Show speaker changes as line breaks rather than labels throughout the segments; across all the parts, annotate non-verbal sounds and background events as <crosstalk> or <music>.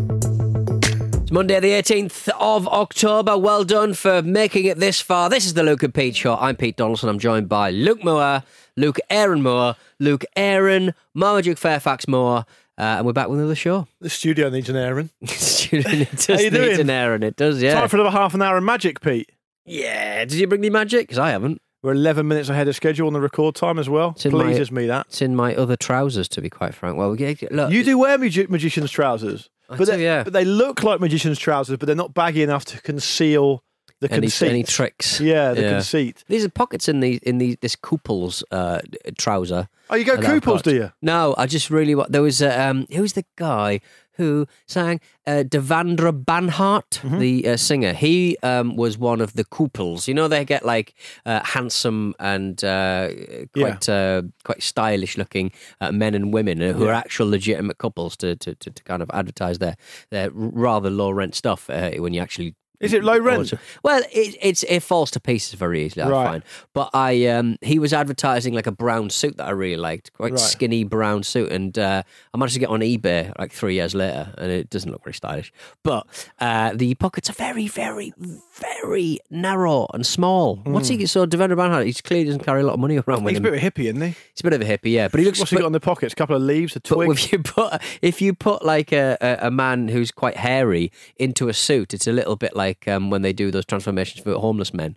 It's Monday, the 18th of October. Well done for making it this far. This is the Luke and Pete Show. I'm Pete Donaldson. I'm joined by Luke Moore, Luke Aaron Moore, Luke Aaron, Marmaduke Fairfax Moore, uh, and we're back with another show. <laughs>
The studio needs an airing.
Student, it does
you
need
doing?
an Aaron. It does, yeah.
Time for another half an hour of magic, Pete.
yeah. Did you bring the magic? Because I haven't.
We're 11 minutes ahead of schedule on the record time as well.
It's in my-
Pleases me that.
It's in my other trousers, to be quite frank. Well, we get, look,
You do wear magi- magician's trousers,
Uh, I
but,
do,
they,
yeah.
but they look like magician's trousers, but they're not baggy enough to conceal the
any,
conceit.
any tricks?
Yeah, the conceit.
These are pockets in the in the this Koopals uh, trouser.
Oh, you go
that I've
Koopals,
got.
do you?
No, I just really want. There was a, um, who was the guy who sang uh, Devandra Banhart,
Mm-hmm.
the uh, singer. He um, was one of the Koopals. You know, they get like uh, handsome and uh, quite uh, quite stylish looking uh, men and women uh, who are actual legitimate couples to, to, to, to kind of advertise their their rather low rent stuff uh, when you actually
Is it low rent?
also- Well, it, it's it falls to pieces very easily. I
Right.
find, but I um, he was advertising like a brown suit that I really liked, quite
Right.
skinny brown suit, and uh, I managed to get on eBay like three years later, and it doesn't look very stylish. But uh, the pockets are very, very, very narrow and small. What's he? So Devendra Banhart, he clearly doesn't carry a lot of money around with
Hmm. He's a
him.
bit of a hippie, isn't he?
He's a bit of a hippie, yeah. But he looks.
What's he
but-
got in the pockets? A couple of leaves, a
but
twig.
if <laughs> you put if you put like a, a, a man who's quite hairy into a suit, it's a little bit like um, when they do those transformations for homeless men,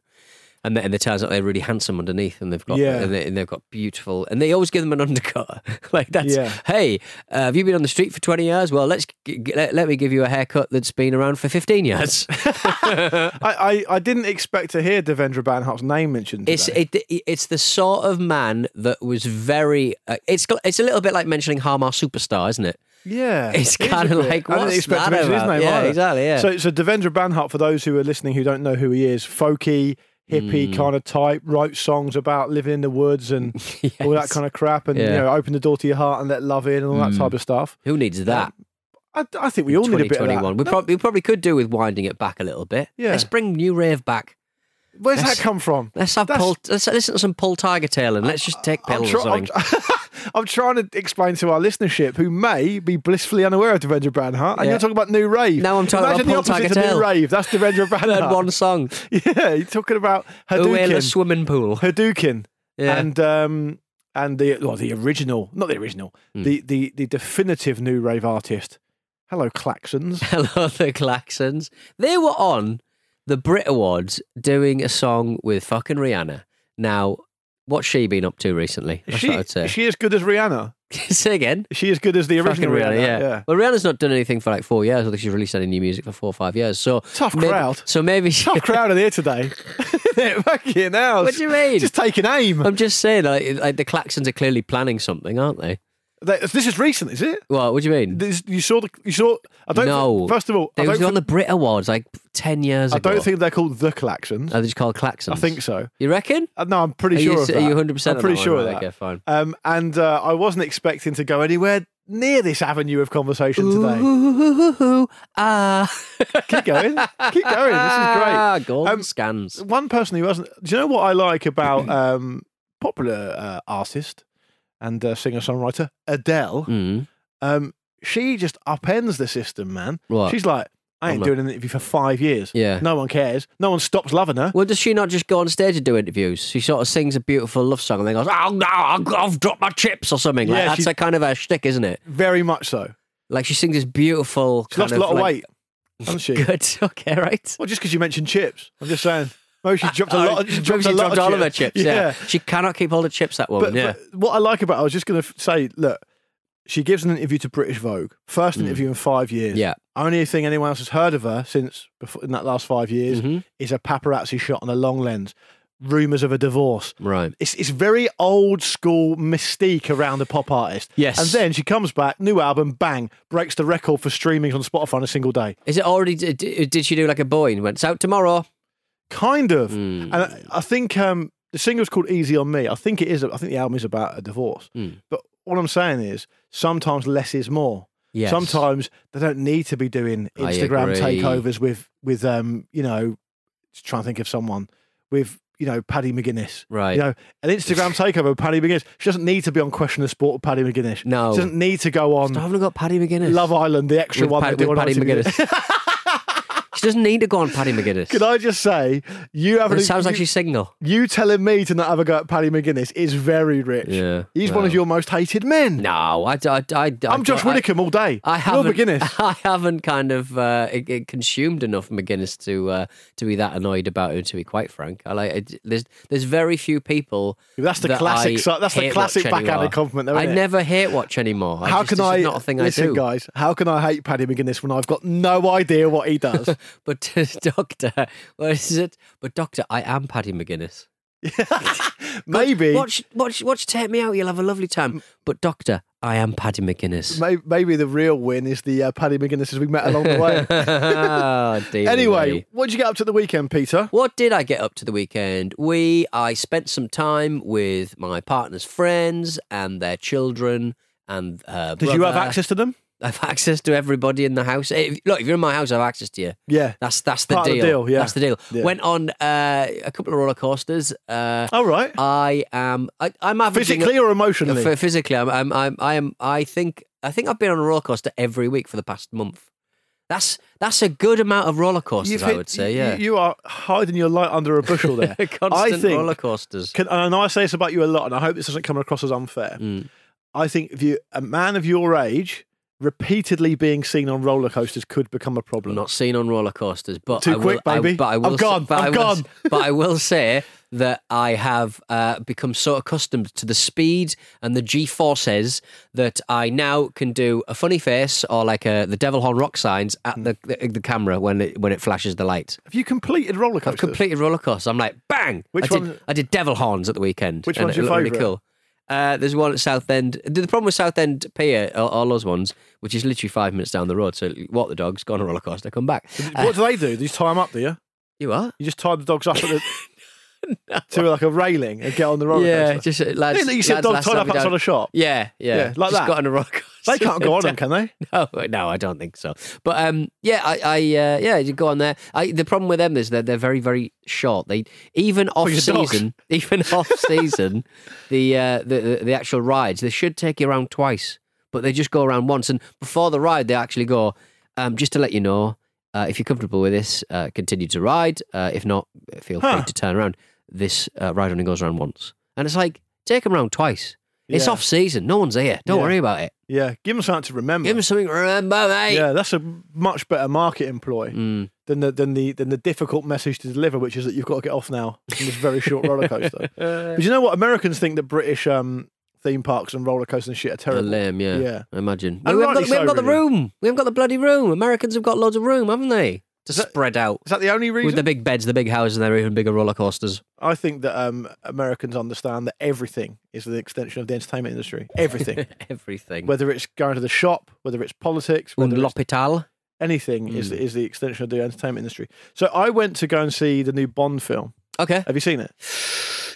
and then and it turns out they're really handsome underneath, and they've got
Yeah.
and, they, and they've got beautiful, and they always give them an undercut. <laughs> like that's
Yeah.
hey, uh, have you been on the street for twenty years? Well, let's g- g- let, let me give you a haircut that's been around for fifteen years.
I, I, I didn't expect to hear Devendra Banhart's name mentioned.
<laughs> It's
today.
it, it's the sort of man that was very. Uh, it's got- it's a little bit like mentioning Harmar Superstar, isn't it?
Yeah,
It's
it is a
kinda
bit.
like,
I didn't
what's
expect
that
to mention his
about?
name
Yeah,
either.
exactly, yeah.
So, so Devendra Banhart, for those who are listening who don't know who he is, folky, hippie
Hmm.
kind of type, wrote songs about living in the woods and all that
<laughs> Yes.
kind of crap, and
Yeah. Hmm.
you know, open the door to your heart and let love in and all that type of stuff.
Who needs that?
I, I think we all need a bit of that.
2021. We,
No,
prob- we probably could do with winding it back a little bit.
Yeah.
Let's bring new rave back.
Where's
That's-
that come from?
Let's have
That's-
Paul, let's listen to some Paul Tiger Tail and let's just take
I'm,
pills
try- <laughs>
or
I'm,
something.
I'm trying to explain to our listenership who may be blissfully unaware of Devendra Banhart, and
Yeah.
you're talking about new rave.
No, I'm talking
Imagine
about
the
Paul
opposite to
Tagliatelle.
new rave. That's
<laughs>
Devendra
Heard
Banhart.
one song.
Yeah, you're talking about
Uela
<laughs> Hadouken.
swimming pool. <laughs>
Hadouken.
Yeah.
And um and the well, the original, not the original,
Hmm.
the, the the definitive new rave artist. Hello, Claxons.
Hello, the Claxons. They were on the Brit Awards doing a song with fucking Rihanna. Now, what's she been up to recently?
Is
<laughs> That's
she,
what I'd say.
is she as good as Rihanna?
<laughs> say again.
Is she as good as the
Fucking
original Rihanna?
Rihanna, yeah. Well, Rihanna's not done anything for like four years. I don't think she's released any new music for four or five years. So
Tough
maybe-
crowd.
So maybe she,
Tough crowd in here today. <laughs> Fucking hell.
What do you mean? Um,
Just taking aim.
I'm just saying, like, like the Claxons are clearly planning something, aren't they?
They- this is recent, is it?
Well, what do you mean?
This, you saw the you saw I don't
no.
first of all,
they
I
was
don't,
on the Brit Awards like ten years
I
ago.
don't think they're called the Claxons.
Are they just called Claxons?
I think so.
You reckon?
Uh, No, I'm pretty
Are you
sure
s-
of
are
that.
you 100%
I'm pretty
on that one?
sure of
Right,
that.
okay, fine.
Um, and uh, I wasn't expecting to go anywhere near this avenue of conversation today.
Ooh, ah.
Keep going. <laughs> Keep going.
<laughs>
This is great.
Golden
Um,
scans.
One person who hasn't. Do you know what I like
<clears throat>
about um, popular uh, artist and uh, singer songwriter Adele?
Mm.
Um, she just upends the system, man.
What?
She's like, I ain't
I'm
doing an interview for five years.
Yeah.
No one cares. No one stops loving her.
Well, does she not just go on stage and do interviews? She sort of sings a beautiful love song and then goes, "Oh no, I've I've dropped my chips" or something. Like,
Yeah,
that's
she-
a kind of a shtick, isn't it?
Very much so.
Like she sings this beautiful.
She
kind
lost a lot of
like-
weight, hasn't she?
<laughs> Good. Okay. Right.
Well, just because you mentioned chips. I'm just saying. Maybe
<laughs>
she dropped a
Oh,
lot. She
maybe
dropped
she
a lot
dropped all of her
chips.
chips. Yeah. she cannot keep hold of chips. That woman.
But,
yeah.
but what I like about, I was just going to say, look, she gives an interview to British Vogue, first interview in five years.
Mm. Yeah.
Only thing anyone else has heard of her since before, in that last five years
Mm-hmm.
is a paparazzi shot on a long lens. Rumors of a divorce.
Right.
<laughs> It's it's very old school mystique around a pop artist.
Yes.
And then she comes back, new album, bang, breaks the record for streamings on Spotify in a single day.
Is it already? d- d- Did she do like a boy and went "It's out tomorrow?
Kind of.
Mm.
And I, I think um, the single's called Easy on Me. I think it is. I think the album is about a divorce.
Mm.
But what I'm saying is sometimes less is more.
Yes.
Sometimes they don't need to be doing
I
Instagram
agree.
takeovers with with um, you know, just trying to think of someone with you know Paddy McGuinness.
Right.
You know, an Instagram
<laughs>
takeover with Paddy McGuinness. She doesn't need to be on Question of Sport with Paddy McGuinness.
No.
She doesn't need to go on
I haven't got Paddy McGuinness.
Mm. Love Island, the extra
with,
one
Paddy,
they do
with
on
Paddy
ITV.
McGuinness. she doesn't need to go on Paddy
<laughs>
McGuinness.
Can I just say you have
but
an
it sounds like
you-
she's single.
You telling me to not have a go at Paddy McGuinness is very rich.
Yeah,
He's one of
well.
your most hated men.
No, I, I, I,
I'm Josh
I,
Widdicombe all day.
I
You're
haven't.
McGuinness.
I haven't kind of uh, it, it consumed enough McGuinness to uh, to be that annoyed about it. To be quite frank, I like it, there's there's very few people.
That's the
that
classic
I
si- that's the
hate
classic
watch anymore.
backhanded compliment, though,
I
isn't it?
never hate watch anymore. <laughs> I
How
just-
can
it's just
I
not a thing
listen,
I do.
guys? How can I hate Paddy McGuinness when I've got no idea what he does?
<laughs> But doctor, what is it? But doctor, I am Paddy McGuinness.
maybe,
Watch, watch, watch. Take me out. You'll have a lovely time. But doctor, I am Paddy McGuinness.
may, maybe the real win is the uh, Paddy McGuinness as we met along the way.
<laughs> Oh, dear me.
<laughs> anyway, what did you get up to at the weekend, Peter?
What did I get up to the weekend? We I spent some time with my partner's friends and their children and her
Did you have
brother.
access to them?
<laughs> I've access to everybody in the house. If, look, if you're in my house, I've access to you.
Yeah.
That's that's the
Part of
deal.
the deal, yeah.
That's the deal.
Yeah.
Went on uh, a couple of roller coasters. Uh,
All right.
I am I, I'm averaging
Physically or emotionally?
F- physically, I'm, I'm, I'm, I'm, I think, I think I've been on a roller coaster every week for the past month. That's that's a good amount of roller coasters, I
fit-
would say.
you-
Yeah,
You are hiding your light under a bushel there.
<laughs> constant
I think
roller coasters.
Can, and I know I say this about you a lot, and I hope this doesn't come across as unfair.
Mm.
I think if you a man of your age repeatedly being seen on roller coasters could become a problem.
Not seen on roller coasters, but
Too
I will,
quick,
I-
baby.
but I
I'm
will,
gone,
But
I'm
I will-
gone.
<laughs> but I will say that I have uh, become so accustomed to the speed and the G forces that I now can do a funny face or like a, the devil horn rock signs at
Hmm.
the, the the camera when it when it flashes the light.
Have you completed roller coasters?
I've completed roller coasters. I'm like, bang!
Which
I did,
one-
I did Devil Horns at the weekend.
Which
and
one's
it
your
looked
favourite?
Really cool. Uh, there's one at Southend. The problem with Southend Pier, all, all those ones, which is literally five minutes down the road. So walk the dogs, go on a roller coaster, come back. Uh,
what do they do? Do you tie them up? Do you?
you are?
You just tie the dogs up at
<laughs>
the, to like a railing and get on the roller
yeah,
coaster.
just uh, lads.
Isn't it you see a
lads
dog
last
tied
time
up
we
outside
down-
a shop?
Yeah, yeah,
Yeah, like
just
that.
Got on a roller coaster.
they can't go on them, can they?
No, <laughs> no, I don't think so. But um, yeah, I, I uh, yeah, you go on there. I, the problem with them is that they're very, very short. They even
Oh,
off
your dogs.
season, <laughs> even off season, the, uh, the the the actual rides they should take you around twice, but they just go around once. And before the ride, they actually go, um, just to let you know, uh, if you're comfortable with this, uh, continue to ride. Uh, if not, feel free
Huh.
to turn around. This uh, ride only goes around once, and it's like take them around twice. It's
Yeah.
off season. No one's here. Don't
Yeah.
worry about it.
Yeah, give them something to remember.
Give them something to remember, mate.
yeah, that's a much better market employ
Mm.
than the than the than the difficult message to deliver, which is that you've got to get off now from this very short roller
<laughs>
coaster. But you know what? Americans think that British um, theme parks and roller coasters and shit are
They're
terrible.
lame, yeah.
Yeah.
I imagine.
And
we haven't, got,
rightly
we haven't
so,
got the
really.
room. We haven't got the bloody room. Americans have got loads of room, haven't they? To spread out
Is that the only
with
reason?
the big beds, the big houses, and their even bigger roller
<laughs>
coasters.
I think that um, Americans understand that everything is the extension of the entertainment industry.
<laughs>
Everything,
Everything.
whether it's going to the shop, whether it's politics,
Un
whether it's
l'hôpital.
anything,
Mm.
is is the extension of the entertainment industry. So I went to go and see the new Bond film.
Okay.
Have you seen it?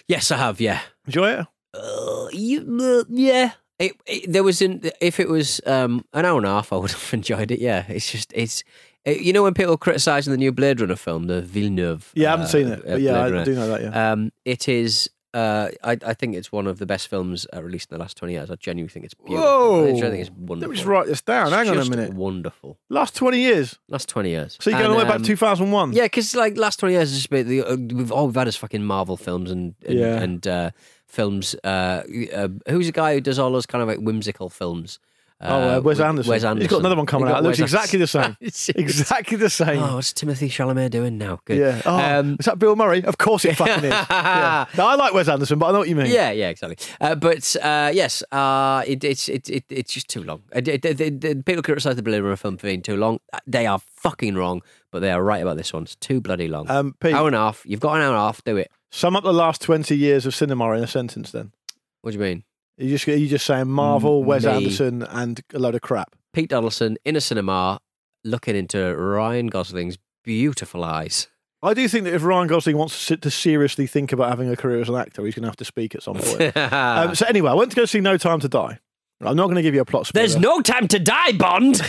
Yes, I have. Yeah.
Enjoy it?
Uh, you, uh, yeah. It, it, there was an if it was um, an hour and a half, I would <laughs> have enjoyed it. Yeah. It's just it's. It, you know when people are criticising the new Blade Runner film, the Villeneuve.
Yeah, I haven't
uh,
seen it,
uh,
but yeah,
Blade
I
Runner.
do know that. Yeah,
Um, it is uh, I, I think it's one of the best films uh, released in the last 20 years. I genuinely think it's beautiful.
Whoa!
I genuinely think it's wonderful.
Let me just write this down.
It's
Hang on a
just
minute.
Wonderful.
Last 20 years.
Last 20 years.
So you're going all the way back
um,
to 2001?
Yeah, because like last twenty years, has just been the, uh, we've all we've had is fucking Marvel films and and,
Yeah.
and uh, films. Uh, uh, who's the guy who does all those kind of like whimsical films?
Oh, uh, Wes
with-
Anderson.
Wes Anderson.
He's got another one coming
They've
out. It
got
looks
Wes
exactly the
<laughs>
same.
Anderson.
exactly the same.
Oh, what's Timothy Chalamet doing now? Good.
yeah. Oh,
Um,
is that Bill Murray? Of course it fucking
<laughs>
is. Yeah. No, I like Wes Anderson, but I know what you mean.
yeah, yeah, exactly. Uh, but uh, yes, uh, it, it's it, it, it's just too long. Uh, d- d- d- d- people criticise the Blade Runner film for being too long. Uh, They are fucking wrong, but they are right about this one. It's too bloody long.
Um, Pete,
hour and a half. You've got an hour and a half. Do it.
sum up the last 20 years of cinema in a sentence then.
What do you mean?
Are you just, are you just saying Marvel,
Mm,
Wes
me.
Anderson, and a load of crap?
Pete Donaldson in a cinema looking into Ryan Gosling's beautiful eyes. <laughs>
I do think that if Ryan Gosling wants to, sit- to seriously think about having a career as an actor, he's going to have to speak at some
<laughs>
point. um, so anyway, I went to go see No Time to Die. I'm not going to give you a plot spoiler.
There's no time to die, Bond.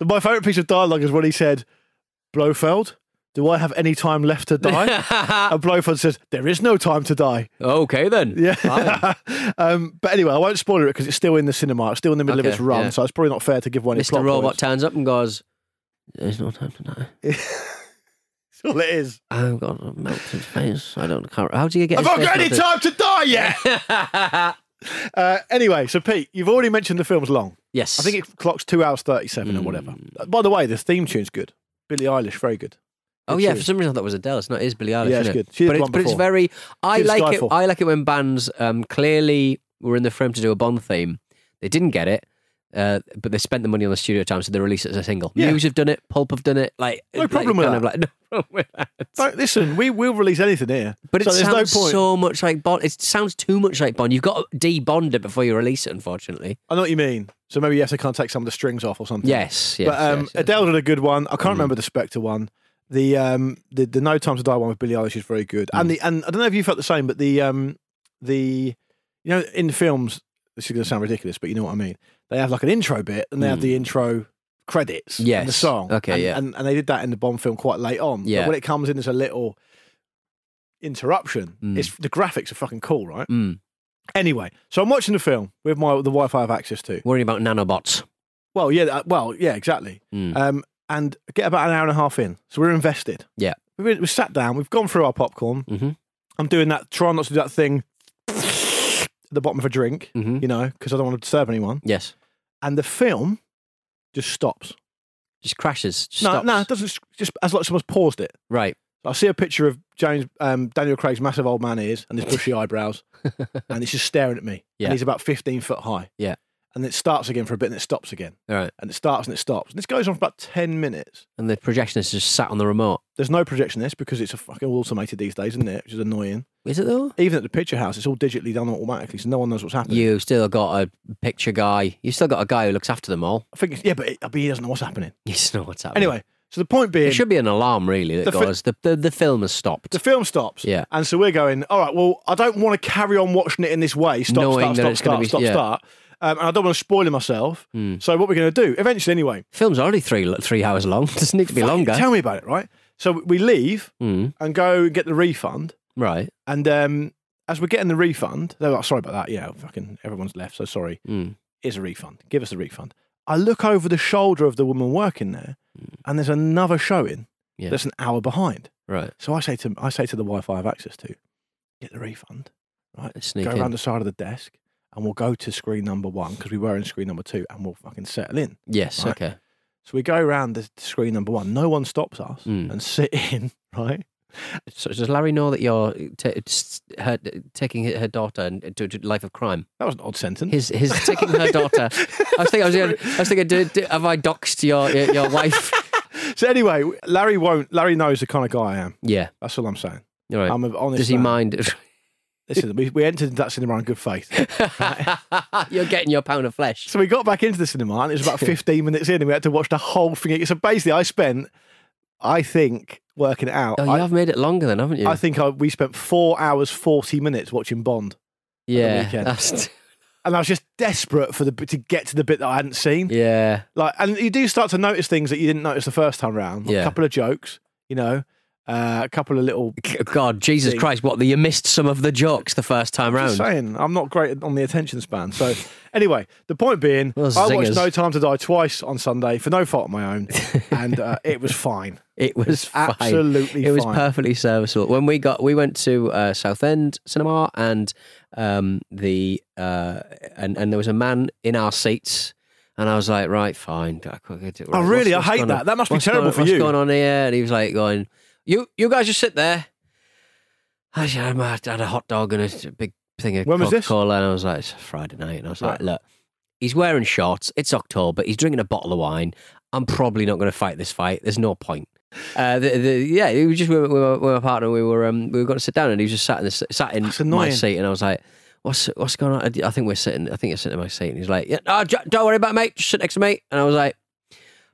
My favourite piece of dialogue is when he said, Blofeld, do I have any time left to
<laughs>
die? and Blofeld says, there is no time to die.
<laughs> okay then. Fine.
Yeah. um, but anyway, I won't spoil it because it's still in the cinema. It's still in the middle
Okay,
of its run,
yeah.
so it's probably not fair to give one any
Mr.
plot
Robot
points.
turns up and goes, "There's no time to die.
That's all it is.
I've got a melted face. I don't care. How do you get?
I've
his
not got any
face
time to die yet.
<laughs> melted?
uh, anyway, so Pete, you've already mentioned the film's long.
yes,
I think it clocks two hours thirty-seven or whatever.
Hmm.
Uh, By the way, the theme tune's good. Billie Eilish, very good.
Oh
Good
yeah,
tune.
for some reason I thought it was Adele. It's not. It is Billie Eilish.
Yeah, it's
isn't it?
good. She did
but, it's,
one
but it's
before.
very. I
She did
like it.
Skyfall.
I like it when bands um, clearly were in the frame to do a Bond theme. They didn't get it, uh, but they spent the money on the studio time, so they released it as a single.
Yeah.
Muse have done it. Pulp have done it. Like
No
like,
problem with that.
kind of like, <laughs> no problem with that.
Don't- listen, we will release anything here,
But it
so there's no
sounds
point.
so much like Bond. It sounds too much like Bond. You've got to debond it before you release it. Unfortunately,
I know what you mean. So maybe you have to kind of take some of the strings off or something.
yes, yes.
but um,
yes, yes. Mm.
Adele did a good one. I can't remember the Spectre one. The um, the the No Time to Die one with Billie Eilish is very good.
Mm.
And the and I don't know if you felt the same, but the um, the you know in films this is going to sound ridiculous, but you know what I mean. They have like an intro bit and they have the intro credits and the
Mm. Yes.
song.
Okay,
and,
yeah.
and and they did that in the Bond film quite late on. But
Yeah.
when it comes in as a little interruption, it's the graphics are fucking cool, right?
Mm.
Anyway, so I'm watching the film with my the Wi-Fi I have access to.
worrying about nanobots.
Well, yeah, uh, well, yeah, exactly.
Mm.
Um, and get about an hour and a half in, so we're invested.
Yeah.
We've, been- we've sat down, we've gone through our popcorn.
Mhm.
I'm doing that, trying not to do that thing at the bottom of a drink,
Mhm.
you know, because I don't want to disturb anyone.
Yes,
And the film just stops.
just crashes. Just
No,
stops.
no, it doesn't. Just as like someone's paused it.
right.
I see a picture of James um, Daniel Craig's massive old man ears and his
<laughs>
bushy eyebrows, and it's just staring at me.
Yeah.
And he's about 15 foot high.
<laughs> Yeah.
And it starts again for a bit, and it stops again,
All right.
and it starts and it stops. And this goes on for about 10 minutes.
And the projectionist just sat on the remote.
There's no projectionist because it's a fucking automated these days, isn't it? Which is annoying.
Is it though?
Even at the picture house, it's all digitally done automatically, so no one knows what's happening.
You still got a picture guy. You still got a guy who looks after them all. <laughs>
I think, it's, yeah, but, it, but he doesn't know what's happening.
You just know what's happening.
Anyway, so the point being,
it should be an alarm really that
The fi-
goes. the, the the film has stopped.
the film stops.
Yeah.
And so we're going, all right, well, I don't want to carry on watching it in this way. Stop,
Knowing
start,
that
stop,
it's gonna
start,
be-
stop,
yeah. Hmm.
start. Um, and I don't want to spoil myself. So what we're going to do, eventually anyway,
Film's already three three hours long. <laughs> Doesn't need to be
fucking
longer.
tell me about it, right? So we leave
Mm,
and go and get the refund.
right.
And um, as we're getting the refund, they're like, sorry about that. Yeah, fucking everyone's left, so sorry.
Mm.
Here's a refund. Give us the refund. I look over the shoulder of the woman working there, and there's another showing
Hmm. Yeah.
that's an hour behind.
Right.
So I say to I say to the Wi-Fi I have access to, get the refund, right?
Let's sneak
go
in.
around the side of the desk, and we'll go to screen number one because we were in screen number two, and we'll fucking settle in.
Yes.
Right.
Okay.
So we go around the screen number one. No one stops us
Mm.
and sit <laughs> in, right?
So does Larry know that you're ta s- her, taking her daughter into a life of crime?
That was an odd sentence. <laughs>
His his taking her daughter. I was thinking. I was, gonna- I was thinking. Do, do, have I doxed your your
<laughs>
your wife?
So anyway, Larry won't. Larry knows the kind of guy I am.
Yeah.
That's all I'm saying.
All right.
I'm an honest.
does he
man. <laughs>
mind? if- <laughs>
Listen, we, we entered that cinema in good faith.
you're getting your pound of flesh.
So we got back into the cinema, and it was
<laughs>
about 15 minutes in, and we had to watch the whole thing. So basically, I spent, I think, working it out.
Oh, you
I,
have made it longer then, haven't you?
I think I, we spent four hours, 40 minutes watching Bond.
yeah.
weekend.
<laughs> That's,
And I was just desperate for the bit- to get to the bit that I hadn't seen.
yeah.
<laughs> Like, and you do start to notice things that you didn't notice the first time round. Like
Yeah.
A couple of jokes, you know, uh, a couple of little.
God, Jesus
See.
Christ, what? You missed some of the jokes the first time
Just
round.
saying, I'm not great on the attention span.
<laughs>
So, anyway, the point being,
Those
I watched
zingers.
No Time to Die twice on Sunday for no fault of my
<laughs>
own, and uh, it was fine.
It was fine.
absolutely
It was
fine.
perfectly serviceable. When we got, we went to uh, Southend Cinema, and um, the uh, and and there was a man in our seats, and I was like, right, fine. I could get it. Right,
Oh,
what's-
really? I
what's
hate
going
that.
on?
That must be
What's
terrible
going-
for
what's
you.
going on here? And he was like, going, you you guys just sit there. I said, "I'm- I had a hot dog and a big thing of
When was
Coca
this?
Cola, and I was like, it's Friday night, and I was like,
Right.
look, he's wearing shorts. It's October. He's drinking a bottle of wine. I'm probably not going to fight this fight. There's no point. Uh, the, the, yeah, it was just with, with, with my partner. We were um, we were going to sit down, and he was just sat in the, sat in
That's
my
annoying.
seat, and I was like, "What's what's going on?" I think we're sitting. I think you're sitting in my seat, and he's like, "Yeah, oh, j- don't worry about it, mate. Just sit next to me." And I was like,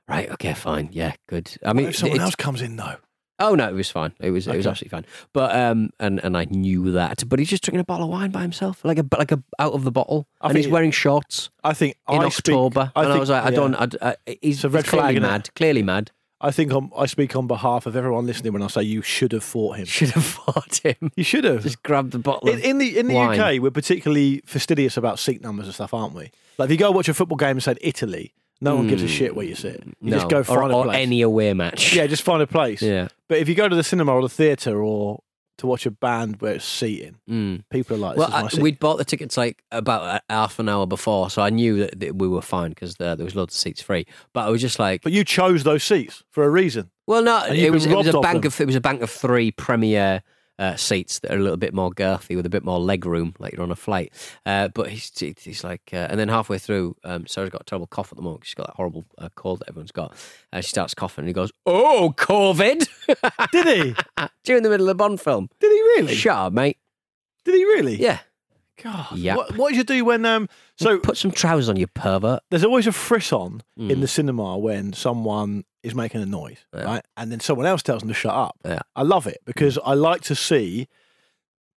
"Right, okay, fine, yeah, good." I mean,
if someone
it's-
else comes in, though,
Oh no, it was fine. It was it was
Okay.
absolutely fine. But um, and and I knew that. But he's just drinking a bottle of wine by himself, like a like a out of the bottle,
I
and
think
he's wearing shorts
I think
in
I speak-
October. and I
think-
was like, I
yeah.
don't. I, I, he's
It's a red
he's clearly
flag, innit?
mad. Clearly mad.
I think I'm, I speak on behalf of everyone listening when I say you should have fought him.
<laughs> Should have fought
<laughs>
him.
You should have.
Just grabbed the bottle.
In,
Of,
in the in the
wine.
UK, we're particularly fastidious about seat numbers and stuff, aren't we? Like if you go watch a football game and say Italy, no one gives a shit where you sit. You
Hmm. no,
just go
or,
find a
or
place.
any away match.
yeah, just find a place.
yeah.
But if you go to the cinema or the theatre or to watch a band where it's seating,
Mm.
people are like, "This
Well,
is my
I,
seat."
we'd bought the tickets like about a- half an hour before, so I knew that, that we were fine because there, there was loads of seats free. But I was just like,
But you chose those seats for a reason.
Well, no,
And you've
it was,
been
it was
robbed
a
of
bank
them.
of it was a bank of three premier uh, seats that are a little bit more girthy with a bit more leg room, like you're on a flight. Uh, but he's he's like, uh, and then halfway through, um, Sarah's got a terrible cough at the moment. 'cause She's got that horrible uh, cold that everyone's got. Uh, she starts coughing, and he goes, "Oh, COVID!" <laughs> Ah,
Did he?
During the middle of the Bond film,
Did he really?
shut up, mate.
Did he really?
Yeah,
God.
Yep.
What, what did you do when um? So
put some trousers on, you pervert.
there's always a frisson
Mm.
in the cinema when someone is making a noise,
Yeah.
right? And then someone else tells them to shut up.
Yeah. Mm.
I love it because I like to see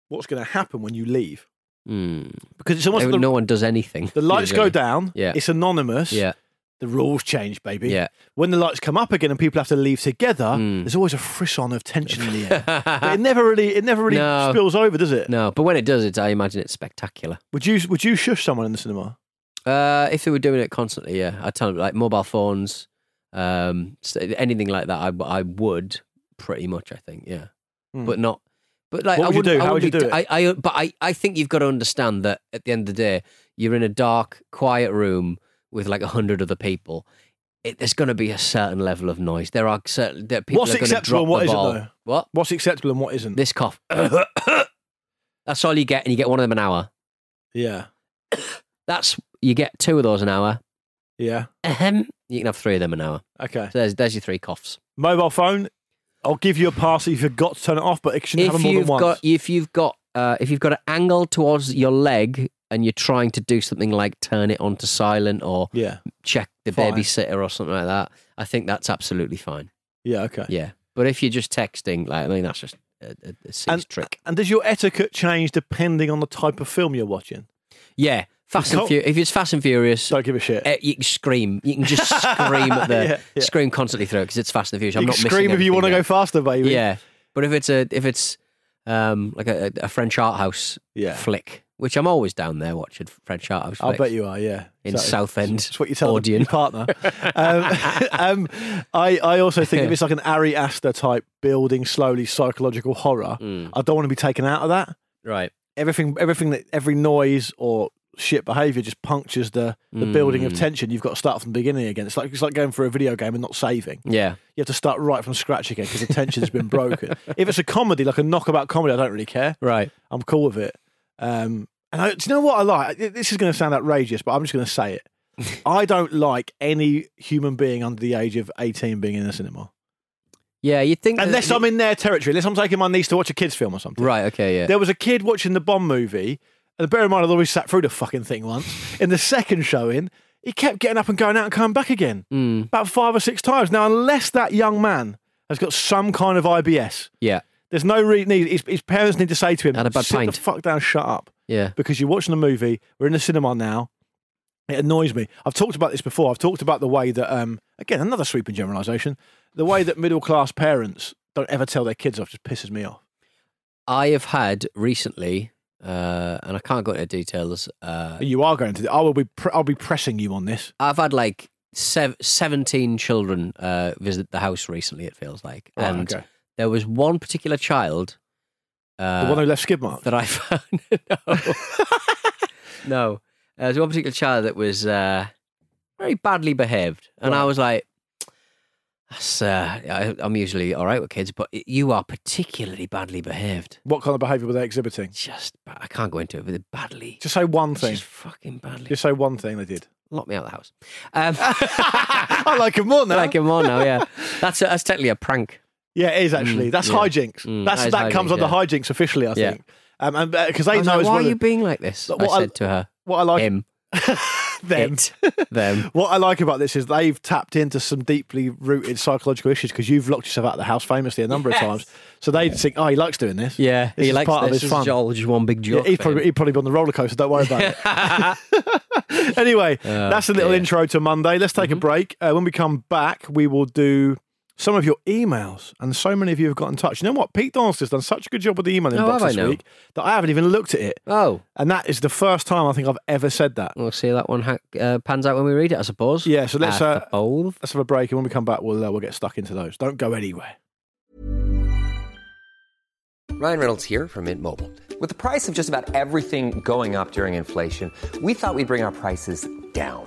what's going to happen when you leave
Mm.
because it's almost
No-
the,
no one does anything.
the lights go
usually.
down.
Yeah.
It's anonymous.
Yeah,
The rules change, baby.
yeah.
When the lights come up again and people have to leave together,
Mm.
there's always a frisson of tension in
<laughs>
the air. But it never really, it never really
No.
spills over, does it?
no, but when it does, it's, I imagine it's spectacular.
Would you, would you shush someone in the cinema?
Uh, if they were doing it constantly, yeah, I'd tell them like mobile phones, um, s- anything like that. I, I would pretty much, I think, yeah,
Hmm.
but not. But like,
What
I
would you
wouldn't-
do?
I
How would
wouldn't
you
be-
do it?
I, I, but I, I think you've got to understand that at the end of the day, you're in a dark, quiet room with like a hundred other people. It, there's going to be a certain level of noise. There are certain that people
What's
are going to
acceptable
drop
and what
the
isn't,
ball.
though?
What
What's acceptable and what isn't?
this cough? <coughs> That's all you get, and you get one of them an hour.
yeah.
That's you get two of those an hour.
Yeah.
Ahem. You can have three of them an hour.
Okay.
So there's, there's your three coughs.
Mobile phone. I'll give you a pass if you forgot to turn it off, but it shouldn't
If
happen more
you've
than once.
got if you've got uh, if you've got an angle towards your leg and you're trying to do something like turn it on to silent or
yeah.
check the
Fine.
babysitter or something like that, I think that's absolutely fine.
Yeah. Okay.
Yeah, but if you're just texting, like I mean, that's just a, a, a silly
And, uh,
trick.
and does your etiquette change depending on the type of film you're watching?
Yeah, Fast and
Col-
Furious. If it's Fast and Furious.
Don't give a shit.
eh, you can scream. You
<laughs>
can just scream at the
Yeah, yeah.
scream constantly through because it's Fast and Furious. I'm
you can
not missing
scream if you
anything
want to
there.
go faster, baby.
Yeah, but if it's a if it's um like a, a French art house
Yeah.
flick, which I'm always down there watching French art house.
I'll
flicks.
bet you are. Yeah.
In Southend,
That's what you tell the,
Audion.
your <laughs> partner. um, <laughs> um, I I also think if it's like an Ari Aster type building slowly psychological
<laughs>
horror,
Mm.
I don't want to be taken out of that.
Right.
everything everything that every noise or shit behavior just punctures the the building of tension you've got to start from the beginning again it's like it's like going through a video game and not saving
Yeah.
you have to start right from scratch again because the tension's been broken if it's a comedy like a knockabout comedy i don't really care
Right.
i'm cool with it um and I, do you know what i like I- this is going to sound outrageous but i'm just going to say it i don't like any human being under the age of 18 being in a cinema
Yeah. You think that-
unless i'm in their territory unless i'm taking my niece to watch a kids film or something
Right. Okay. Yeah.
there was a kid watching the Bond movie, and bear in mind, I'd already sat through the fucking thing once. In the second showing, he kept getting up and going out and coming back again
Mm,
about five or six times. Now, unless that young man has got some kind of IBS,
yeah.
there's no re- need. His, his parents need to say to him,
Had a bad
"Sit
pint."
the fuck down, shut up,"
Yeah.
because you're watching a movie. We're in the cinema now. It annoys me. I've talked about this before. I've talked about the way that, um, again, another sweeping generalisation, the way that middle class parents don't ever tell their kids off just pisses me off.
I have had recently, uh, and I can't go into details. Uh,
You are going to. I will be. Pre- I'll be pressing you on this.
I've had like sev- 17 children uh, visit the house recently, it feels like.
Right,
and
okay.
there was one particular child
The
uh,
one who left skid marks.
that I <laughs> found. no. <laughs> no. Uh, There was one particular child that was uh, very badly behaved. And I was like, that's, uh, I, I'm usually all right with kids, but you are particularly badly behaved.
What kind of behaviour were they exhibiting?
Just, ba- I can't go into it, but they're badly.
Just say one thing.
Just fucking badly.
Just say one thing they did.
Lock me out of the house.
<laughs>
Um,
I like him more now.
like him more now, yeah. That's that's technically a prank.
Yeah, it is actually.
Mm,
That's
yeah.
hijinks.
Mm,
That's
that is
that, comes
hijinks,
under
yeah.
hijinks officially, I
Yeah.
think. Um, and because they
I was
know
like,
as
why
well.
are you being like this?
Look,
I
what I-
said to her,
what I like
him,
<laughs> them.
it,
<laughs>
them.
What I like about this is they've tapped into some deeply rooted psychological issues because you've locked yourself out of the house famously a number
Yes.
of times. So they think, oh, he likes doing this.
Yeah,
This
he
is
likes
part
this.
of his
This is
fun.
all just one big
Yeah,
joke.
he'd
for
probably
him.
he'd probably be on the roller coaster. Don't worry about
<laughs>
it. anyway, that's a little
dear.
intro to Monday. Let's
Mm-hmm.
take a break. Uh, when we come back, we will do some of your emails, and so many of you have got in touch. You know what? Pete Donaldson has done such a good job with the email
Oh,
inbox
have I
this
now?
week that I haven't even looked at it,
oh, Mm.
and that is the first time I think I've ever said that.
we'll see how that one ha- uh, pans out when we read it, I suppose.
Yeah, so let's,
I
uh,
suppose.
Let's have a break, and when we come back, we'll uh, we'll get stuck into those. Don't go anywhere.
Ryan Reynolds here from Mint Mobile. With the price of just about everything going up during inflation, we thought we'd bring our prices down.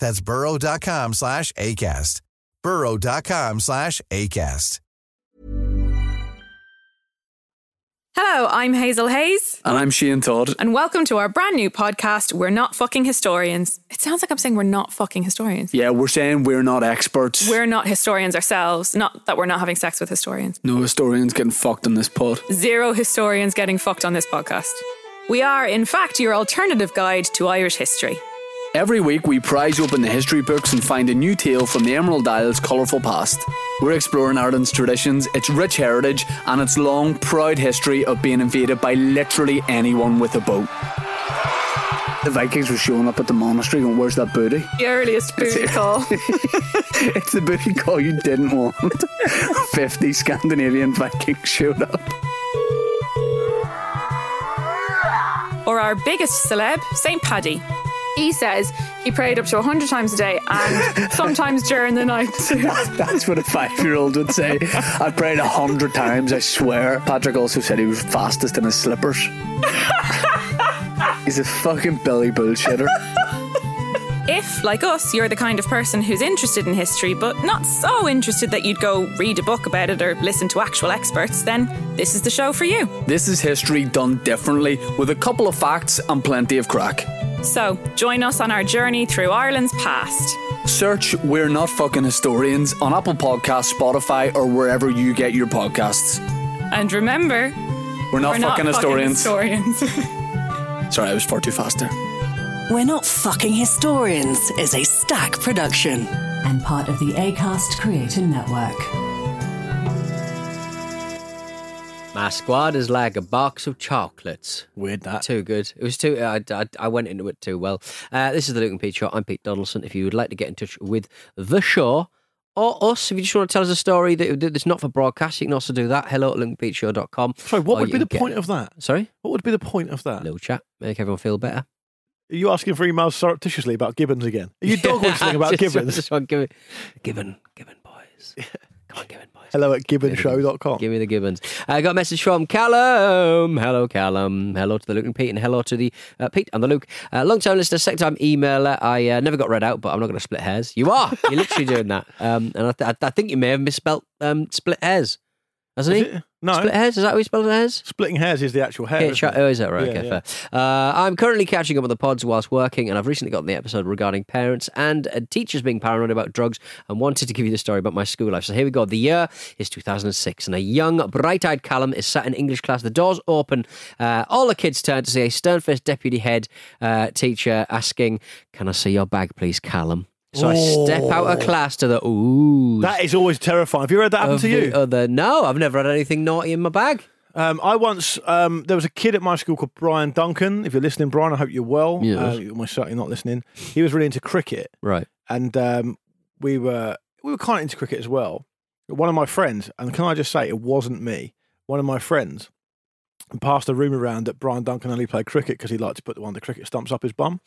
That's burrow.com slash ACAST. burrow.com slash ACAST.
Hello, I'm Hazel Hayes,
And I'm Sheehan Todd.
and welcome to our brand new podcast, We're Not Fucking Historians. It sounds like I'm saying we're not fucking historians.
Yeah, we're saying we're not experts.
We're not historians ourselves, not that we're not having sex with historians.
no historians getting fucked in this pod.
Zero historians getting fucked on this podcast. We are, in fact, your alternative guide to Irish history.
Every week, we prize open the history books and find a new tale from the Emerald Isle's colourful past. We're exploring Ireland's traditions, its rich heritage, and its long, proud history of being invaded by literally anyone with a boat. The Vikings were showing up at the monastery going, Where's that booty?
The earliest booty call.
<laughs> it's the booty call you didn't want. <laughs> 50 Scandinavian Vikings showed up.
or our biggest celeb, St. Paddy. He says he prayed up to 100 times a day
<laughs>
<laughs>
and sometimes during the night.
That's what a five year old would say. I prayed a hundred times, I swear. Patrick also said he was fastest in his slippers. He's a fucking belly bullshitter.
If, like us, you're the kind of person who's interested in history but not so interested that you'd go read a book about it or listen to actual experts, then this is the show for you.
This is history done differently, with a couple of facts and plenty of crack.
So, join us on our journey through Ireland's past.
Search We're Not Fucking Historians on Apple Podcasts, Spotify, or wherever you get your podcasts.
And remember,
We're not,
we're not
fucking,
fucking
historians.
historians.
<laughs> Sorry, I was far too fast there.
We're Not Fucking Historians is a stack production and part of the ACAST Creator Network.
My squad is like a box of chocolates.
Weird that.
Too good. It was too. I, I, I went into it too well. Uh, this is the Luke and Pete Show. I'm Pete Donaldson. If you would like to get in touch with the show or us, if you just want to tell us a story that that's not for broadcast, you can also do that. Hello at lukeandpeteshow.com.
Sorry, what would be the point of that?
Sorry,
What would be the point of that?
little chat. Make everyone feel better.
Are you asking for emails surreptitiously about Gibbons again? Are
<laughs>
you dog whistling about
Just-
Gibbons?
Just want Gibbon, Gibbon, Gibbon
<laughs>
boys. Come on, Gibbon boys.
Hello at gibbonshow.com.
Give me the Gibbons. I got a message from Callum. Hello, Callum. Hello to the Luke and Pete, and hello to the uh, Pete and the Luke. Uh, Long time listener, second time emailer. I uh, never got read out, but I'm not going to split hairs. You are. You're literally <laughs> doing that. Um, and I, th- I think you may have misspelt um, split hairs, hasn't
Is
he?
it? No.
Split hairs? Is that how he spells hairs?
Splitting hairs is the actual hair.
Yeah,
isn't
sure.
it?
Oh, is that right?
Yeah,
okay,
yeah.
fair. Uh, I'm currently catching up with the pods whilst working, and I've recently gotten the episode regarding parents and uh, teachers being paranoid about drugs and wanted to give you the story about my school life. So here we go. The year is 2006, and a young, bright eyed Callum is sat in English class. The doors open. Uh, all the kids turn to see a stern faced deputy head uh, teacher asking, Can I see your bag, please, Callum? So I step out of class to the ooh.
Oh. That is always terrifying. Have you ever had that happen to you?
Other, no, I've never had anything naughty in my bag.
Um, I once um, there was a kid at my school called Brian Duncan. If you're listening, Brian, I hope you're well.
Yes.
Uh, you're most certainly not listening. He was really into cricket,
Right.
and um, we were we were kind of into cricket as well. But One of my friends, and can I just say it wasn't me. One of my friends passed a rumor around that Brian Duncan only played cricket because he liked to put one of the cricket stumps up his bum.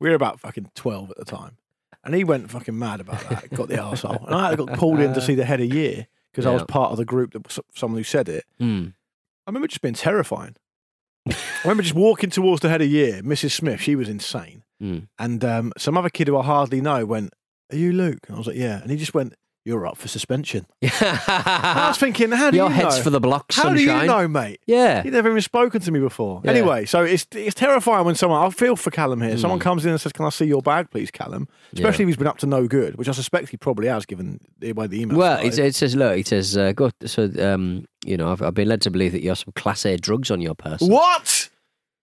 we were about fucking twelve at the time, and he went fucking mad about that. Got the arsehole. and I got pulled in to see the head a year because I was
Yeah.
part of the group that someone who said it.
Hmm. <laughs>
I remember just being terrifying. I remember just walking towards the head of year, Mrs. Smith, she was insane.
Mm.
And um, some other kid who I hardly know went, Are you Luke? And I was like, Yeah. And he just went, You're up for suspension. And I was thinking, How do
Ah, Your
you
head's
know?
for the blocks.
How do
sunshine.
you know, mate?
Yeah.
You've never even spoken to me before.
Yeah.
Anyway, so it's it's terrifying when someone, I feel for Callum here.
Hmm.
Someone comes in and says, Can I see your bag, please, Callum? Especially if he's been up to no good, which I suspect he probably has given the way the email
Well,
started.
it, it says, look, it says, uh, go, so, um, you know, I've, I've been led to believe that you have some class A drugs on your person.
What?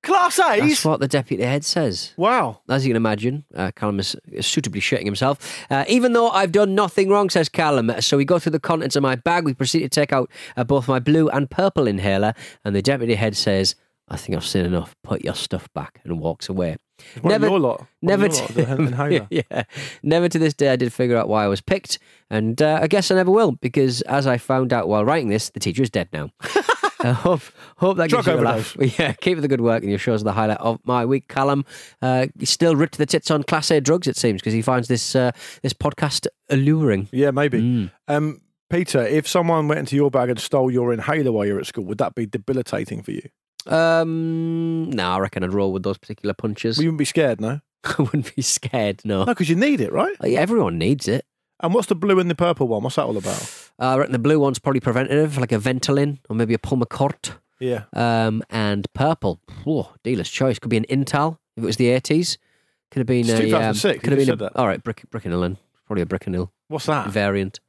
Class
That's
A's?
what the deputy head says.
wow.
As you can imagine, uh, Callum is suitably shitting himself. Uh, Even though I've done nothing wrong, says Callum. So we go through the contents of my bag. We proceed to take out uh, both my blue and purple inhaler. And the deputy head says, I think I've seen enough. Put your stuff back and walks away.
What never, your lot? What
Never
your lot,
to,
the
<laughs>
hen- inhaler.
yeah, never to this day I did figure out why I was picked, and uh, I guess I never will because as I found out while writing this, the teacher is dead
<laughs>
now. I hope, hope that
Drug
gives you a laugh. <laughs> Yeah, keep up the good work, and your show's the highlight of my week. Callum, uh, he's still ripped to the tits on Class A drugs, it seems, because he finds this uh, this podcast alluring.
<laughs> Yeah, maybe.
Mm.
Um, Peter, if someone went into your bag and stole your inhaler while you're at school, would that be debilitating for you?
Um, no, I reckon I'd roll with those particular punches.
Well, you wouldn't be scared, no?
<laughs> I wouldn't be scared. No,
No, because you need it, right?
Like, everyone needs it.
And what's the blue and the purple one? What's that all about?
Uh, I reckon the blue one's probably preventative, like a Ventolin or maybe a Pulmicort.
Yeah.
um, and purple. Whoa, dealer's choice could be an Intel if it was the eighties. Could have been
It's
a um,
2006,
could
you
have been
just
a,
said that. Ah.
all right. Brick Brickinillen, probably a Brickinil
What's that?
variant.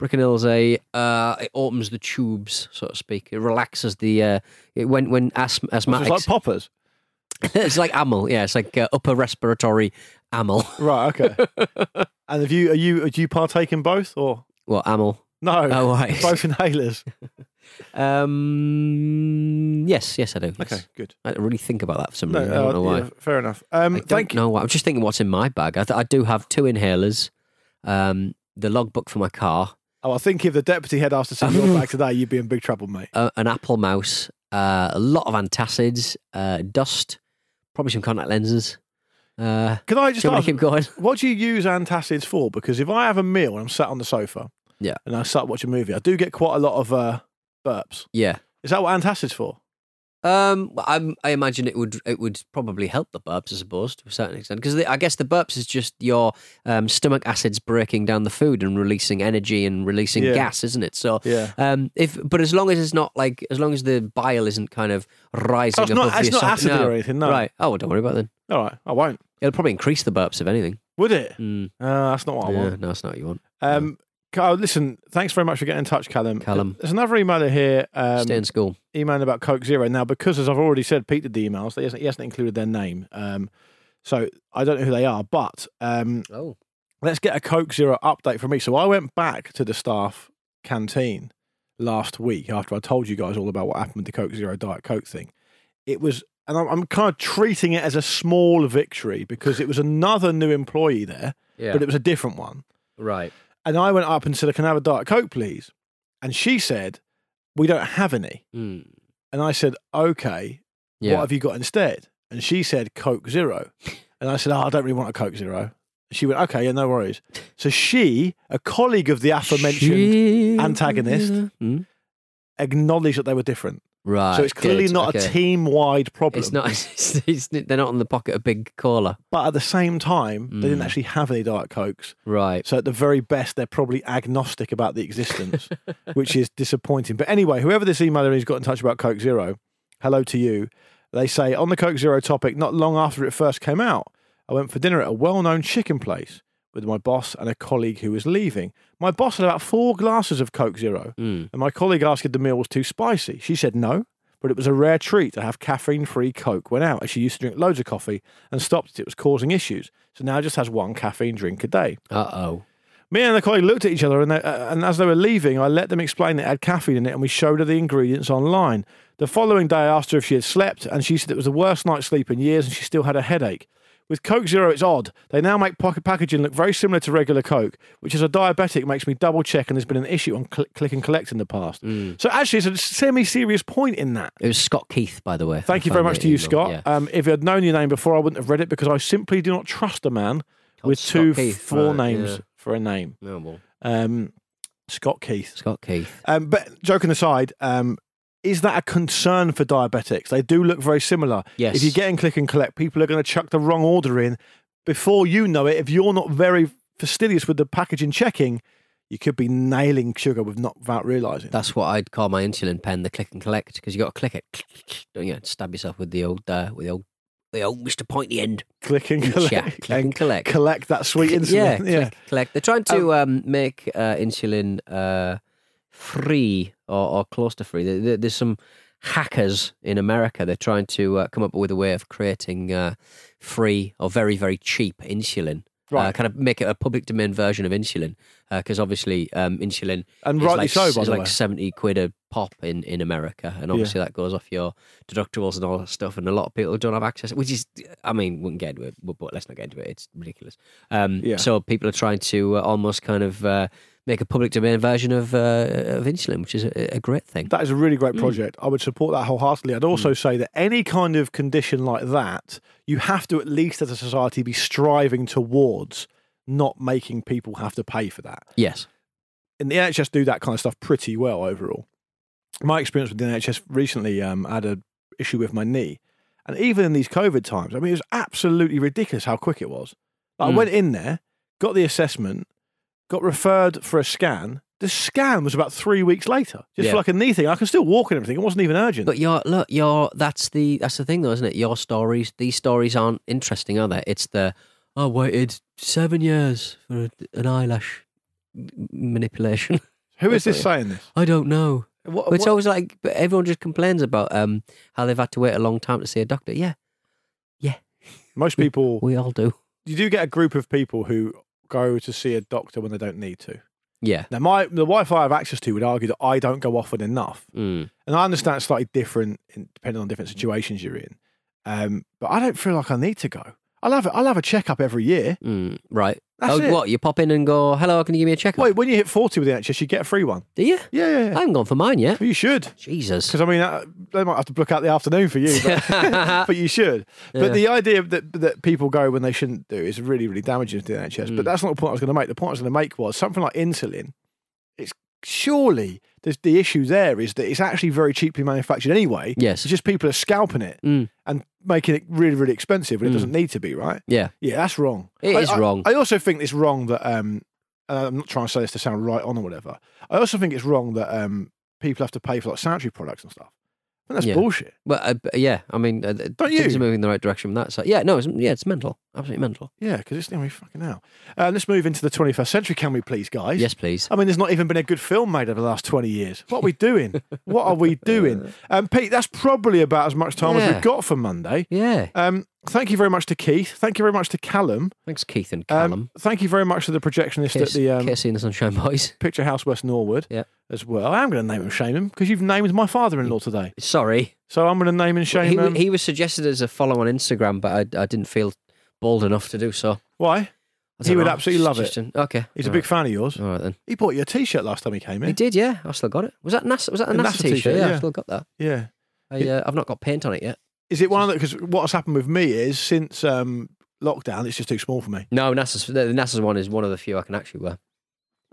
Brickinil's a uh, it opens the tubes, so to speak. It relaxes the uh, it, when when asth-
Oh, So it's like
<laughs> asthmatics.
poppers.
it's like amyl, yeah. It's like uh, upper respiratory <laughs> amyl.
Right, okay. and have you are you do you partake in both or
Well, amyl.
no?
Oh,
<laughs>
right.
Both
<laughs>
inhalers.
Um, yes, yes, I do. yes.
Okay, <laughs> good.
I didn't really think about that for some
No,
reason. Mm, I don't
uh,
know why.
yeah, fair enough. Um,
I don't
thank you.
know why. I'm just thinking what's in my bag. I, th- I do have two inhalers, um, the logbook for my car,
Oh, I think if the deputy had asked to send your
<laughs>
bag today, you'd be in big trouble, mate.
uh, an Apple mouse, uh, a lot of antacids, uh, dust, probably some contact lenses. Uh,
Can I
do
just
you want
ask,
to keep going?
<laughs> What do you use antacids for? Because if I have a meal and I'm sat on the sofa,
Yeah.
and I start watching a movie, I do get quite a lot of uh, burps.
Yeah.
Is that what antacids for?
Um, well, I'm, I imagine it would it would probably help the burps, I suppose, to a certain extent, because I guess the burps is just your um, stomach acids breaking down the food and releasing energy and releasing
Yeah.
gas, isn't it? So,
Yeah.
Um, if but as long as it's not like as long as the bile isn't kind of rising
Oh, it's not-
above the
it's not
esophagus-
acidy or anything, no.
Right. Oh, well, don't worry about it then.
All right, I won't.
It'll probably increase the burps if anything.
Would it?
Mm,
Uh, that's not what I
yeah,
want.
no, it's not what you want.
Um, Carl, listen, thanks very much for getting in touch, Callum.
Callum.
There's another emailer here um,
Stay in school.
emailing about Coke Zero. Now, because as I've already said, Pete did the emails, he hasn't, he hasn't included their name. Um, so I don't know who they are, but um,
Oh,
let's get a Coke Zero update from me. So I went back to the staff canteen last week after I told you guys all about what happened with the Coke Zero Diet Coke thing. It was, and I'm, I'm kind of treating it as a small victory because it was another new employee there,
Yeah.
but it was a different one.
Right.
And I went up and said, I can have a Diet Coke, please. And she said, We don't have any.
Mm.
And I said, Okay,
Yeah.
what have you got instead? And she said, Coke Zero. And I said, Oh, I don't really want a Coke Zero. She went, Okay, yeah, no worries. So she, a colleague of the aforementioned
She-
antagonist,
Mm.
acknowledged that they were different.
Right.
so it's clearly
good,
not
okay.
a team wide problem.
It's not. <laughs> It's, it's, they're not on the pocket of big caller.
But at the same time, they didn't
Mm.
actually have any Diet Cokes.
Right.
So at the very best, they're probably agnostic about the existence, which is disappointing. But anyway, whoever this emailer is got in touch about Coke Zero, hello to you. They say on the Coke Zero topic, not long after it first came out, I went for dinner at a well-known chicken place with my boss and a colleague who was leaving. My boss had about four glasses of Coke Zero,
Mm.
and my colleague asked if the meal was too spicy. She said no, but it was a rare treat to have caffeine-free Coke. Went out as she used to drink loads of coffee and stopped it. It was causing issues, so now just has one caffeine drink a day.
Uh oh.
Me and the colleague looked at each other, and, they, uh, and as they were leaving, I let them explain it had caffeine in it, and we showed her the ingredients online. The following day, I asked her if she had slept, and she said it was the worst night's sleep in years, and she still had a headache. With Coke Zero, it's odd. They now make pocket packaging look very similar to regular Coke, which as a diabetic makes me double check, and there's been an issue on cl- click and collect in the past.
Mm.
So actually, it's a semi-serious point in that.
It was Scott Keith, by the way.
Thank
I
you very
found
much
the
to you,
email,
Scott.
yeah.
Um, if I'd known your name before, I wouldn't have read it because I simply do not trust a man
Called
with
Scott
two
Keith,
four
right,
names
yeah.
for a name.
No, well,
Um, Scott Keith.
Scott Keith.
Um, but joking aside, um, is that a concern for diabetics? They do look very similar.
Yes.
If you get in click and collect, people are going to chuck the wrong order in. Before you know it, if you're not very fastidious with the packaging checking, you could be nailing sugar with not without realizing.
That's what I'd call my insulin pen, the click and collect, because you got to click it, don't you? Stab yourself with the old, uh, with the old, the old Mister Pointy End.
click and
Yeah,
collect.
click and collect.
Collect that sweet
<laughs>
insulin.
yeah, click, collect. They're trying to um, make uh, insulin uh, free or, or close to free. There, there- there's some hackers in America. They're trying to uh, come up with a way of creating uh, free or very very cheap insulin. Uh,
Right.
kind of make it a public domain version of insulin, because obviously um, insulin
And
is
rightly
like,
so,
s-
by
is
the
like
way.
seventy quid a pop in, in America, and obviously that goes off your deductibles and all that stuff. And a lot of people don't have access, which is, I mean, wouldn't get into it, but, but let's not get into it. It's ridiculous. Um,
Yeah.
So people are trying to uh, almost kind of uh, make a public domain version of uh, of insulin, which is a, a great thing.
That is a really great project. I would support that wholeheartedly. I'd also say that any kind of condition like that, you have to at least as a society be striving towards not making people have to pay for that.
yes.
And the NHS do that kind of stuff pretty well overall. My experience with the NHS recently, um, I had an issue with my knee. And even in these COVID times, I mean, it was absolutely ridiculous how quick it was. I
Mm.
went in there, got the assessment, got referred for a scan. The scan was about three weeks later, just
Yeah.
for like a knee thing. I can still walk and everything. It wasn't even urgent.
But your look, your that's the that's the thing though, isn't it? Your stories, these stories aren't interesting, are they? It's the I waited seven years for a, an eyelash m- manipulation. <laughs>
Who is this saying this?
I don't know.
What,
But it's
what-
always like but everyone just complains about um, how they've had to wait a long time to see a doctor. Yeah,
most people,
we all do.
you do get a group of people who go to see a doctor when they don't need to.
Yeah.
Now, my the Wi-Fi I have access to would argue that I don't go often enough,
Mm.
and I understand it's slightly different in, depending on different situations you're in. Um, but I don't feel like I need to go. I'll have a, I'll have a checkup every year.
Mm, right.
That's
oh,
it.
what? You pop in and go, hello, can you give me a checkup?
Wait, when you hit forty with the NHS, you get a free one.
do you?
Yeah, yeah, yeah.
I haven't gone for mine yet.
Well, you should.
Jesus.
Because I mean, uh, they might have to block out the afternoon for you,
<laughs>
but, but you should.
Yeah.
But the idea that that people go when they shouldn't do is really, really damaging to the NHS.
Mm.
But that's not the point I was going to make. The point I was going to make was something like insulin. It's surely the, the issue there is that it's actually very cheaply manufactured anyway.
Yes.
it's just people are scalping it
Mm.
and making it really, really expensive when it doesn't need to be, right?
Yeah.
Yeah, that's wrong.
It
It is
is wrong.
I also think it's wrong that um, and I'm not trying to say this to sound right on or whatever. I also think it's wrong that um, people have to pay for like sanitary products and stuff. I think that's
Yeah.
bullshit.
Well, uh, b- yeah, I mean, uh, th-
Don't
things
you?
are moving in the right direction from that side. Yeah, no, it's, yeah, it's mental. Absolutely mental.
Yeah, because it's nearly fucking out. Uh, let's move into the 21st century, can we please, guys?
Yes, please.
I mean, there's not even been a good film made over the last 20 years. What are we doing? what are
<laughs>
we doing? Um, Pete, that's probably about as much time as
Yeah.
we've got for Monday.
Yeah.
Um, thank you very much to Keith. Thank you very much to Callum.
Thanks, Keith and
Um,
Callum.
Thank you very much to the projectionist
Kiss,
at the um,
Kissy and the Sunshine Boys. <laughs>
Picture House West Norwood
Yeah.
as well. I am going to name him shame him because you've named my father-in-law today.
Sorry.
So I'm going to name and shame um,
he,
him.
he was suggested as a follow on Instagram, but I, I didn't feel bold enough to do so.
Why?
I
He
don't
would
know.
absolutely love it.
Suggestion. Okay.
He's a
All
big fan of yours.
right. All right then.
He bought you a T-shirt last time he came in.
He did, yeah. I still got it. Was that NASA? Was that a
A
NASA,
NASA
t-shirt?
t-shirt,
Yeah, I
yeah.
still got that.
Yeah.
I, uh, I've not got paint on it yet.
Is it one of the? Because what's happened with me is since um, lockdown, it's just too small for me.
No, NASA's the the NASA's one is one of the few I can actually wear.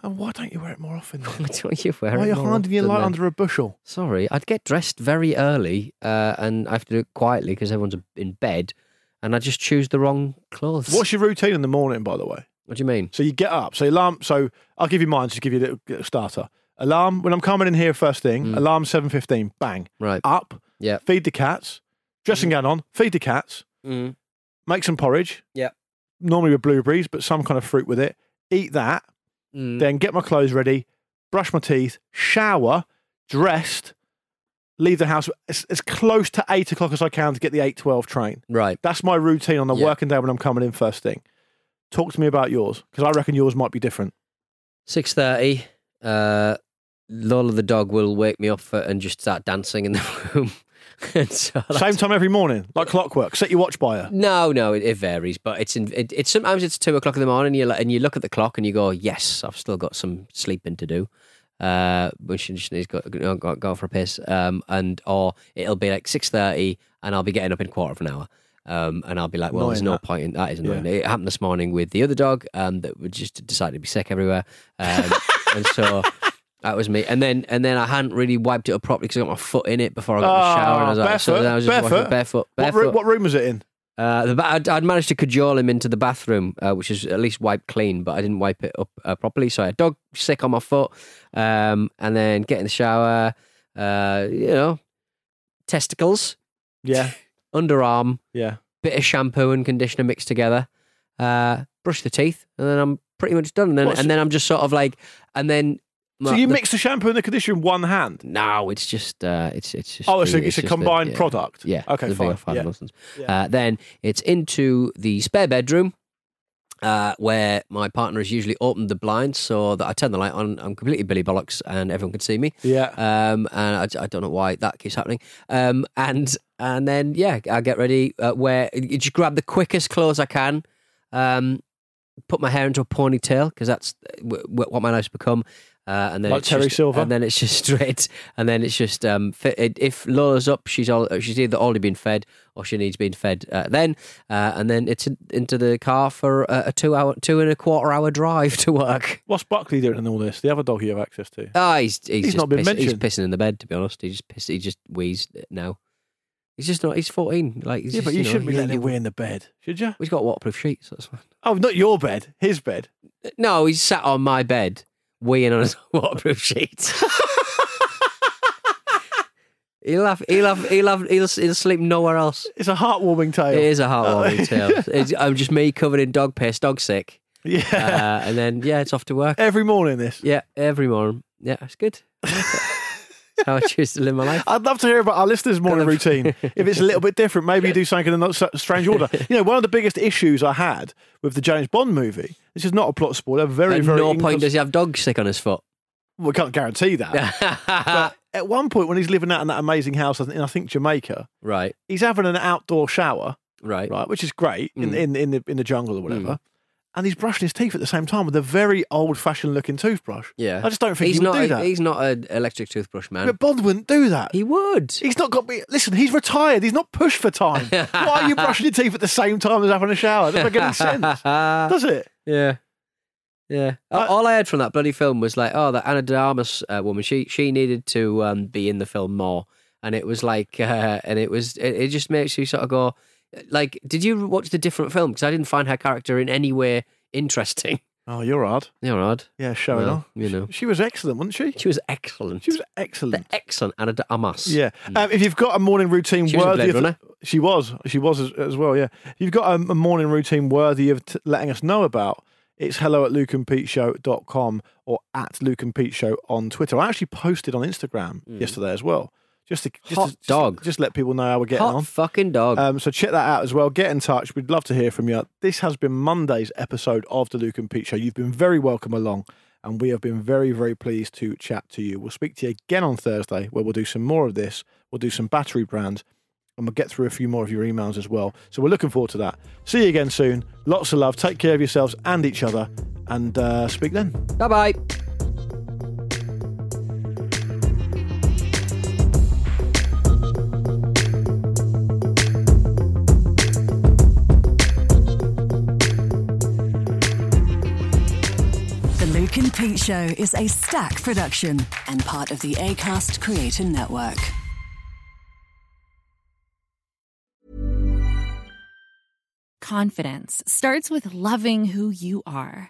Oh, why don't you wear it more often? then?
Why don't you <laughs> wear
why are
it
you
more
hiding your
often
light
then?
under a
<laughs>
bushel?
Sorry, I'd get dressed very early, uh, and I have to do it quietly because everyone's in bed, and I just choose the wrong clothes.
What's your routine in the morning, by the way?
What do you mean?
So you get up. So alarm. So I'll give you mine. Just give you a little, little starter. Alarm when I'm coming in here first thing.
Mm.
Alarm seven fifteen. Bang.
Right.
Up.
Yeah.
Feed the cats. Dressing gown on. Feed the cats.
Mm.
Make some porridge.
Yeah.
Normally with blueberries, but some kind of fruit with it. Eat that.
Mm.
then get my clothes ready, brush my teeth, shower, dressed, leave the house as, as close to eight o'clock as I can to get the eight twelve train.
Right.
That's my routine on the
Yeah.
working day when I'm coming in first thing. Talk to me about yours because I reckon yours might be different.
Six thirty. Uh, Lola the dog will wake me up for, and just start dancing in the <laughs> room. and so <laughs> that's-
Same time every morning, like clockwork. Set your watch by her.
No, no, it, it varies, but it's in, it, it's sometimes it's two o'clock in the morning. You and you look at the clock and you go, "Yes, I've still got some sleeping to do," uh, which just needs to go, go, go for a piss. Um, and or it'll be like six thirty, and I'll be getting up in a quarter of an hour. Um, and I'll be like, well, there's no
Annoying, that.
point in that. Is annoying. It happened this morning with the other dog um, that would just decided to be sick everywhere, um, and so that was me. And then and then I hadn't really wiped it up properly because I got my foot in it before I got in the shower. And I was like, so
Ah, barefoot,
then I was just washing
Oh, barefoot,
it barefoot,
What,
barefoot.
room, what room was it
<laughs>
in?
Uh, the ba- I'd, I'd managed to cajole him into the bathroom, uh, which is at least wiped clean, but I didn't wipe it up uh, properly. So I had dog sick on my foot, um, and then get in the shower, uh, you know, testicles,
Yeah,
underarm,
yeah.
bit of shampoo and conditioner mixed together, uh, brush the teeth, and then I'm pretty much done. And then,
What, so-
and then I'm just sort of like, and then
So
my-
you
the-
mix the shampoo and the conditioner in one hand.
No, it's just uh, it's it's just
Oh, it's a,
the-
it's a
just the-
combined
yeah.
product.
Yeah.
Okay,
the
fine.
VFR
Yeah.
nonsense. Uh, then it's into the spare bedroom. Uh, where my partner has usually opened the blind so that I turn the light on. I'm completely Billy Bollocks and everyone can see me.
Yeah.
Um, and I, I don't know why that keeps happening. Um, and and then yeah, I get ready. Uh, where you just grab the quickest clothes I can. Um, put my hair into a ponytail because that's w- w- what my life's become. Uh, and then
Like
it's
Terry
just-
Silver.
and then it's just <laughs> straight, and then it's just um, fit, it, if Lola's up, she's all she's either already been fed or she needs being fed. Uh, then uh, and then it's in, into the car for a, a two hour, two and a quarter hour drive <laughs> to work.
What's Buckley doing in all this? The other dog you have access to?
Ah, he's he's,
He's
just
not been
piss-
mentioned.
He's pissing in the bed. To be honest, he just piss, he just wheezed now. He's just not. He's fourteen. Like he's
yeah,
just,
but you,
know,
shouldn't be
he-
letting
he-
him wee in the bed, should you?
He's got waterproof sheets. That's fine.
Oh, not your bed, his bed.
No, he's sat on my bed, weeing on his <laughs> waterproof sheet. <laughs> he'll have, he'll have, he'll have, he'll, he'll sleep nowhere else.
<laughs> It's a heartwarming tale. Uh,
It is
<laughs>
a heartwarming tale. It's, I'm just me covered in dog piss, dog sick, uh,
Yeah.
and then yeah, it's off to work.
Every morning, this.
Yeah, every morning. Yeah, it's good.
<laughs>
How I choose to live my life.
I'd love to hear about our listeners' morning routine. if it's a little bit different, maybe you do something in a not so- strange
<laughs>
order. You know, one of the biggest issues I had with the James Bond movie, this is not a plot spoiler, very,
At
very.
no point
incons-
does he have dog sick on his foot.
We can't guarantee that. <laughs>
Ah.
but at one point, when he's living out in that amazing house, I think- in I think Jamaica,
right,
he's having an outdoor shower,
right.
right, which is great in,
Mm.
in, in, the, in the jungle or whatever. And he's brushing his teeth at the same time with a very old-fashioned looking toothbrush.
Yeah,
I just don't think
he's
he would
not.
do
a-
that.
He's not an electric toothbrush man.
But Bond wouldn't do that.
he would.
He's not got. Listen, he's retired. He's not pushed for time. Why
<laughs>
are you brushing your teeth at the same time as having a shower? Doesn't make any sense, does it?
Yeah. Yeah. All-
I-
all I heard from that bloody film was like, oh, the Anna de Armas uh, woman, she she needed to um, be in the film more. And it was like, uh, and it was, it, it just makes you sort of go, like, did you watch the different film? Because I didn't find her character in any way interesting. <laughs>
Oh, you're odd.
You're odd.
Yeah, showing
Well,
off.
you know.
She, she was excellent, wasn't she?
She was excellent.
She was excellent.
the excellent Anna de Amas.
Yeah. Um, if you've got a morning routine
Mm. She was a
worthy
Blade
of.
Runner.
She was. She was as, as well, yeah. If you've got um, a, a morning routine worthy of t- letting us know about, it's hello at lukeandpeteshow.com or at Luke and Pete Show on Twitter. I actually posted on Instagram yesterday as well. Just to, just
Mm. Hot
to- just-
dog.
Just, let people know how we're getting
Hot
on.
fucking dog.
Um, so check that out as well. Get in touch. We'd love to hear from you. This has been Monday's episode of the Luke and Pete Show. You've been very welcome along, and we have been very, very pleased to chat to you. We'll speak to you again on Thursday, where we'll do some more of this. We'll do some battery brands, and we'll get through a few more of your emails as well. So we're looking forward to that. See you again soon. Lots of love. Take care of yourselves and each other, and uh, speak then.
bye bye.
The Luke and Pete Show is a stack production and part of the ACAST Creator Network.
Confidence starts with loving who you are.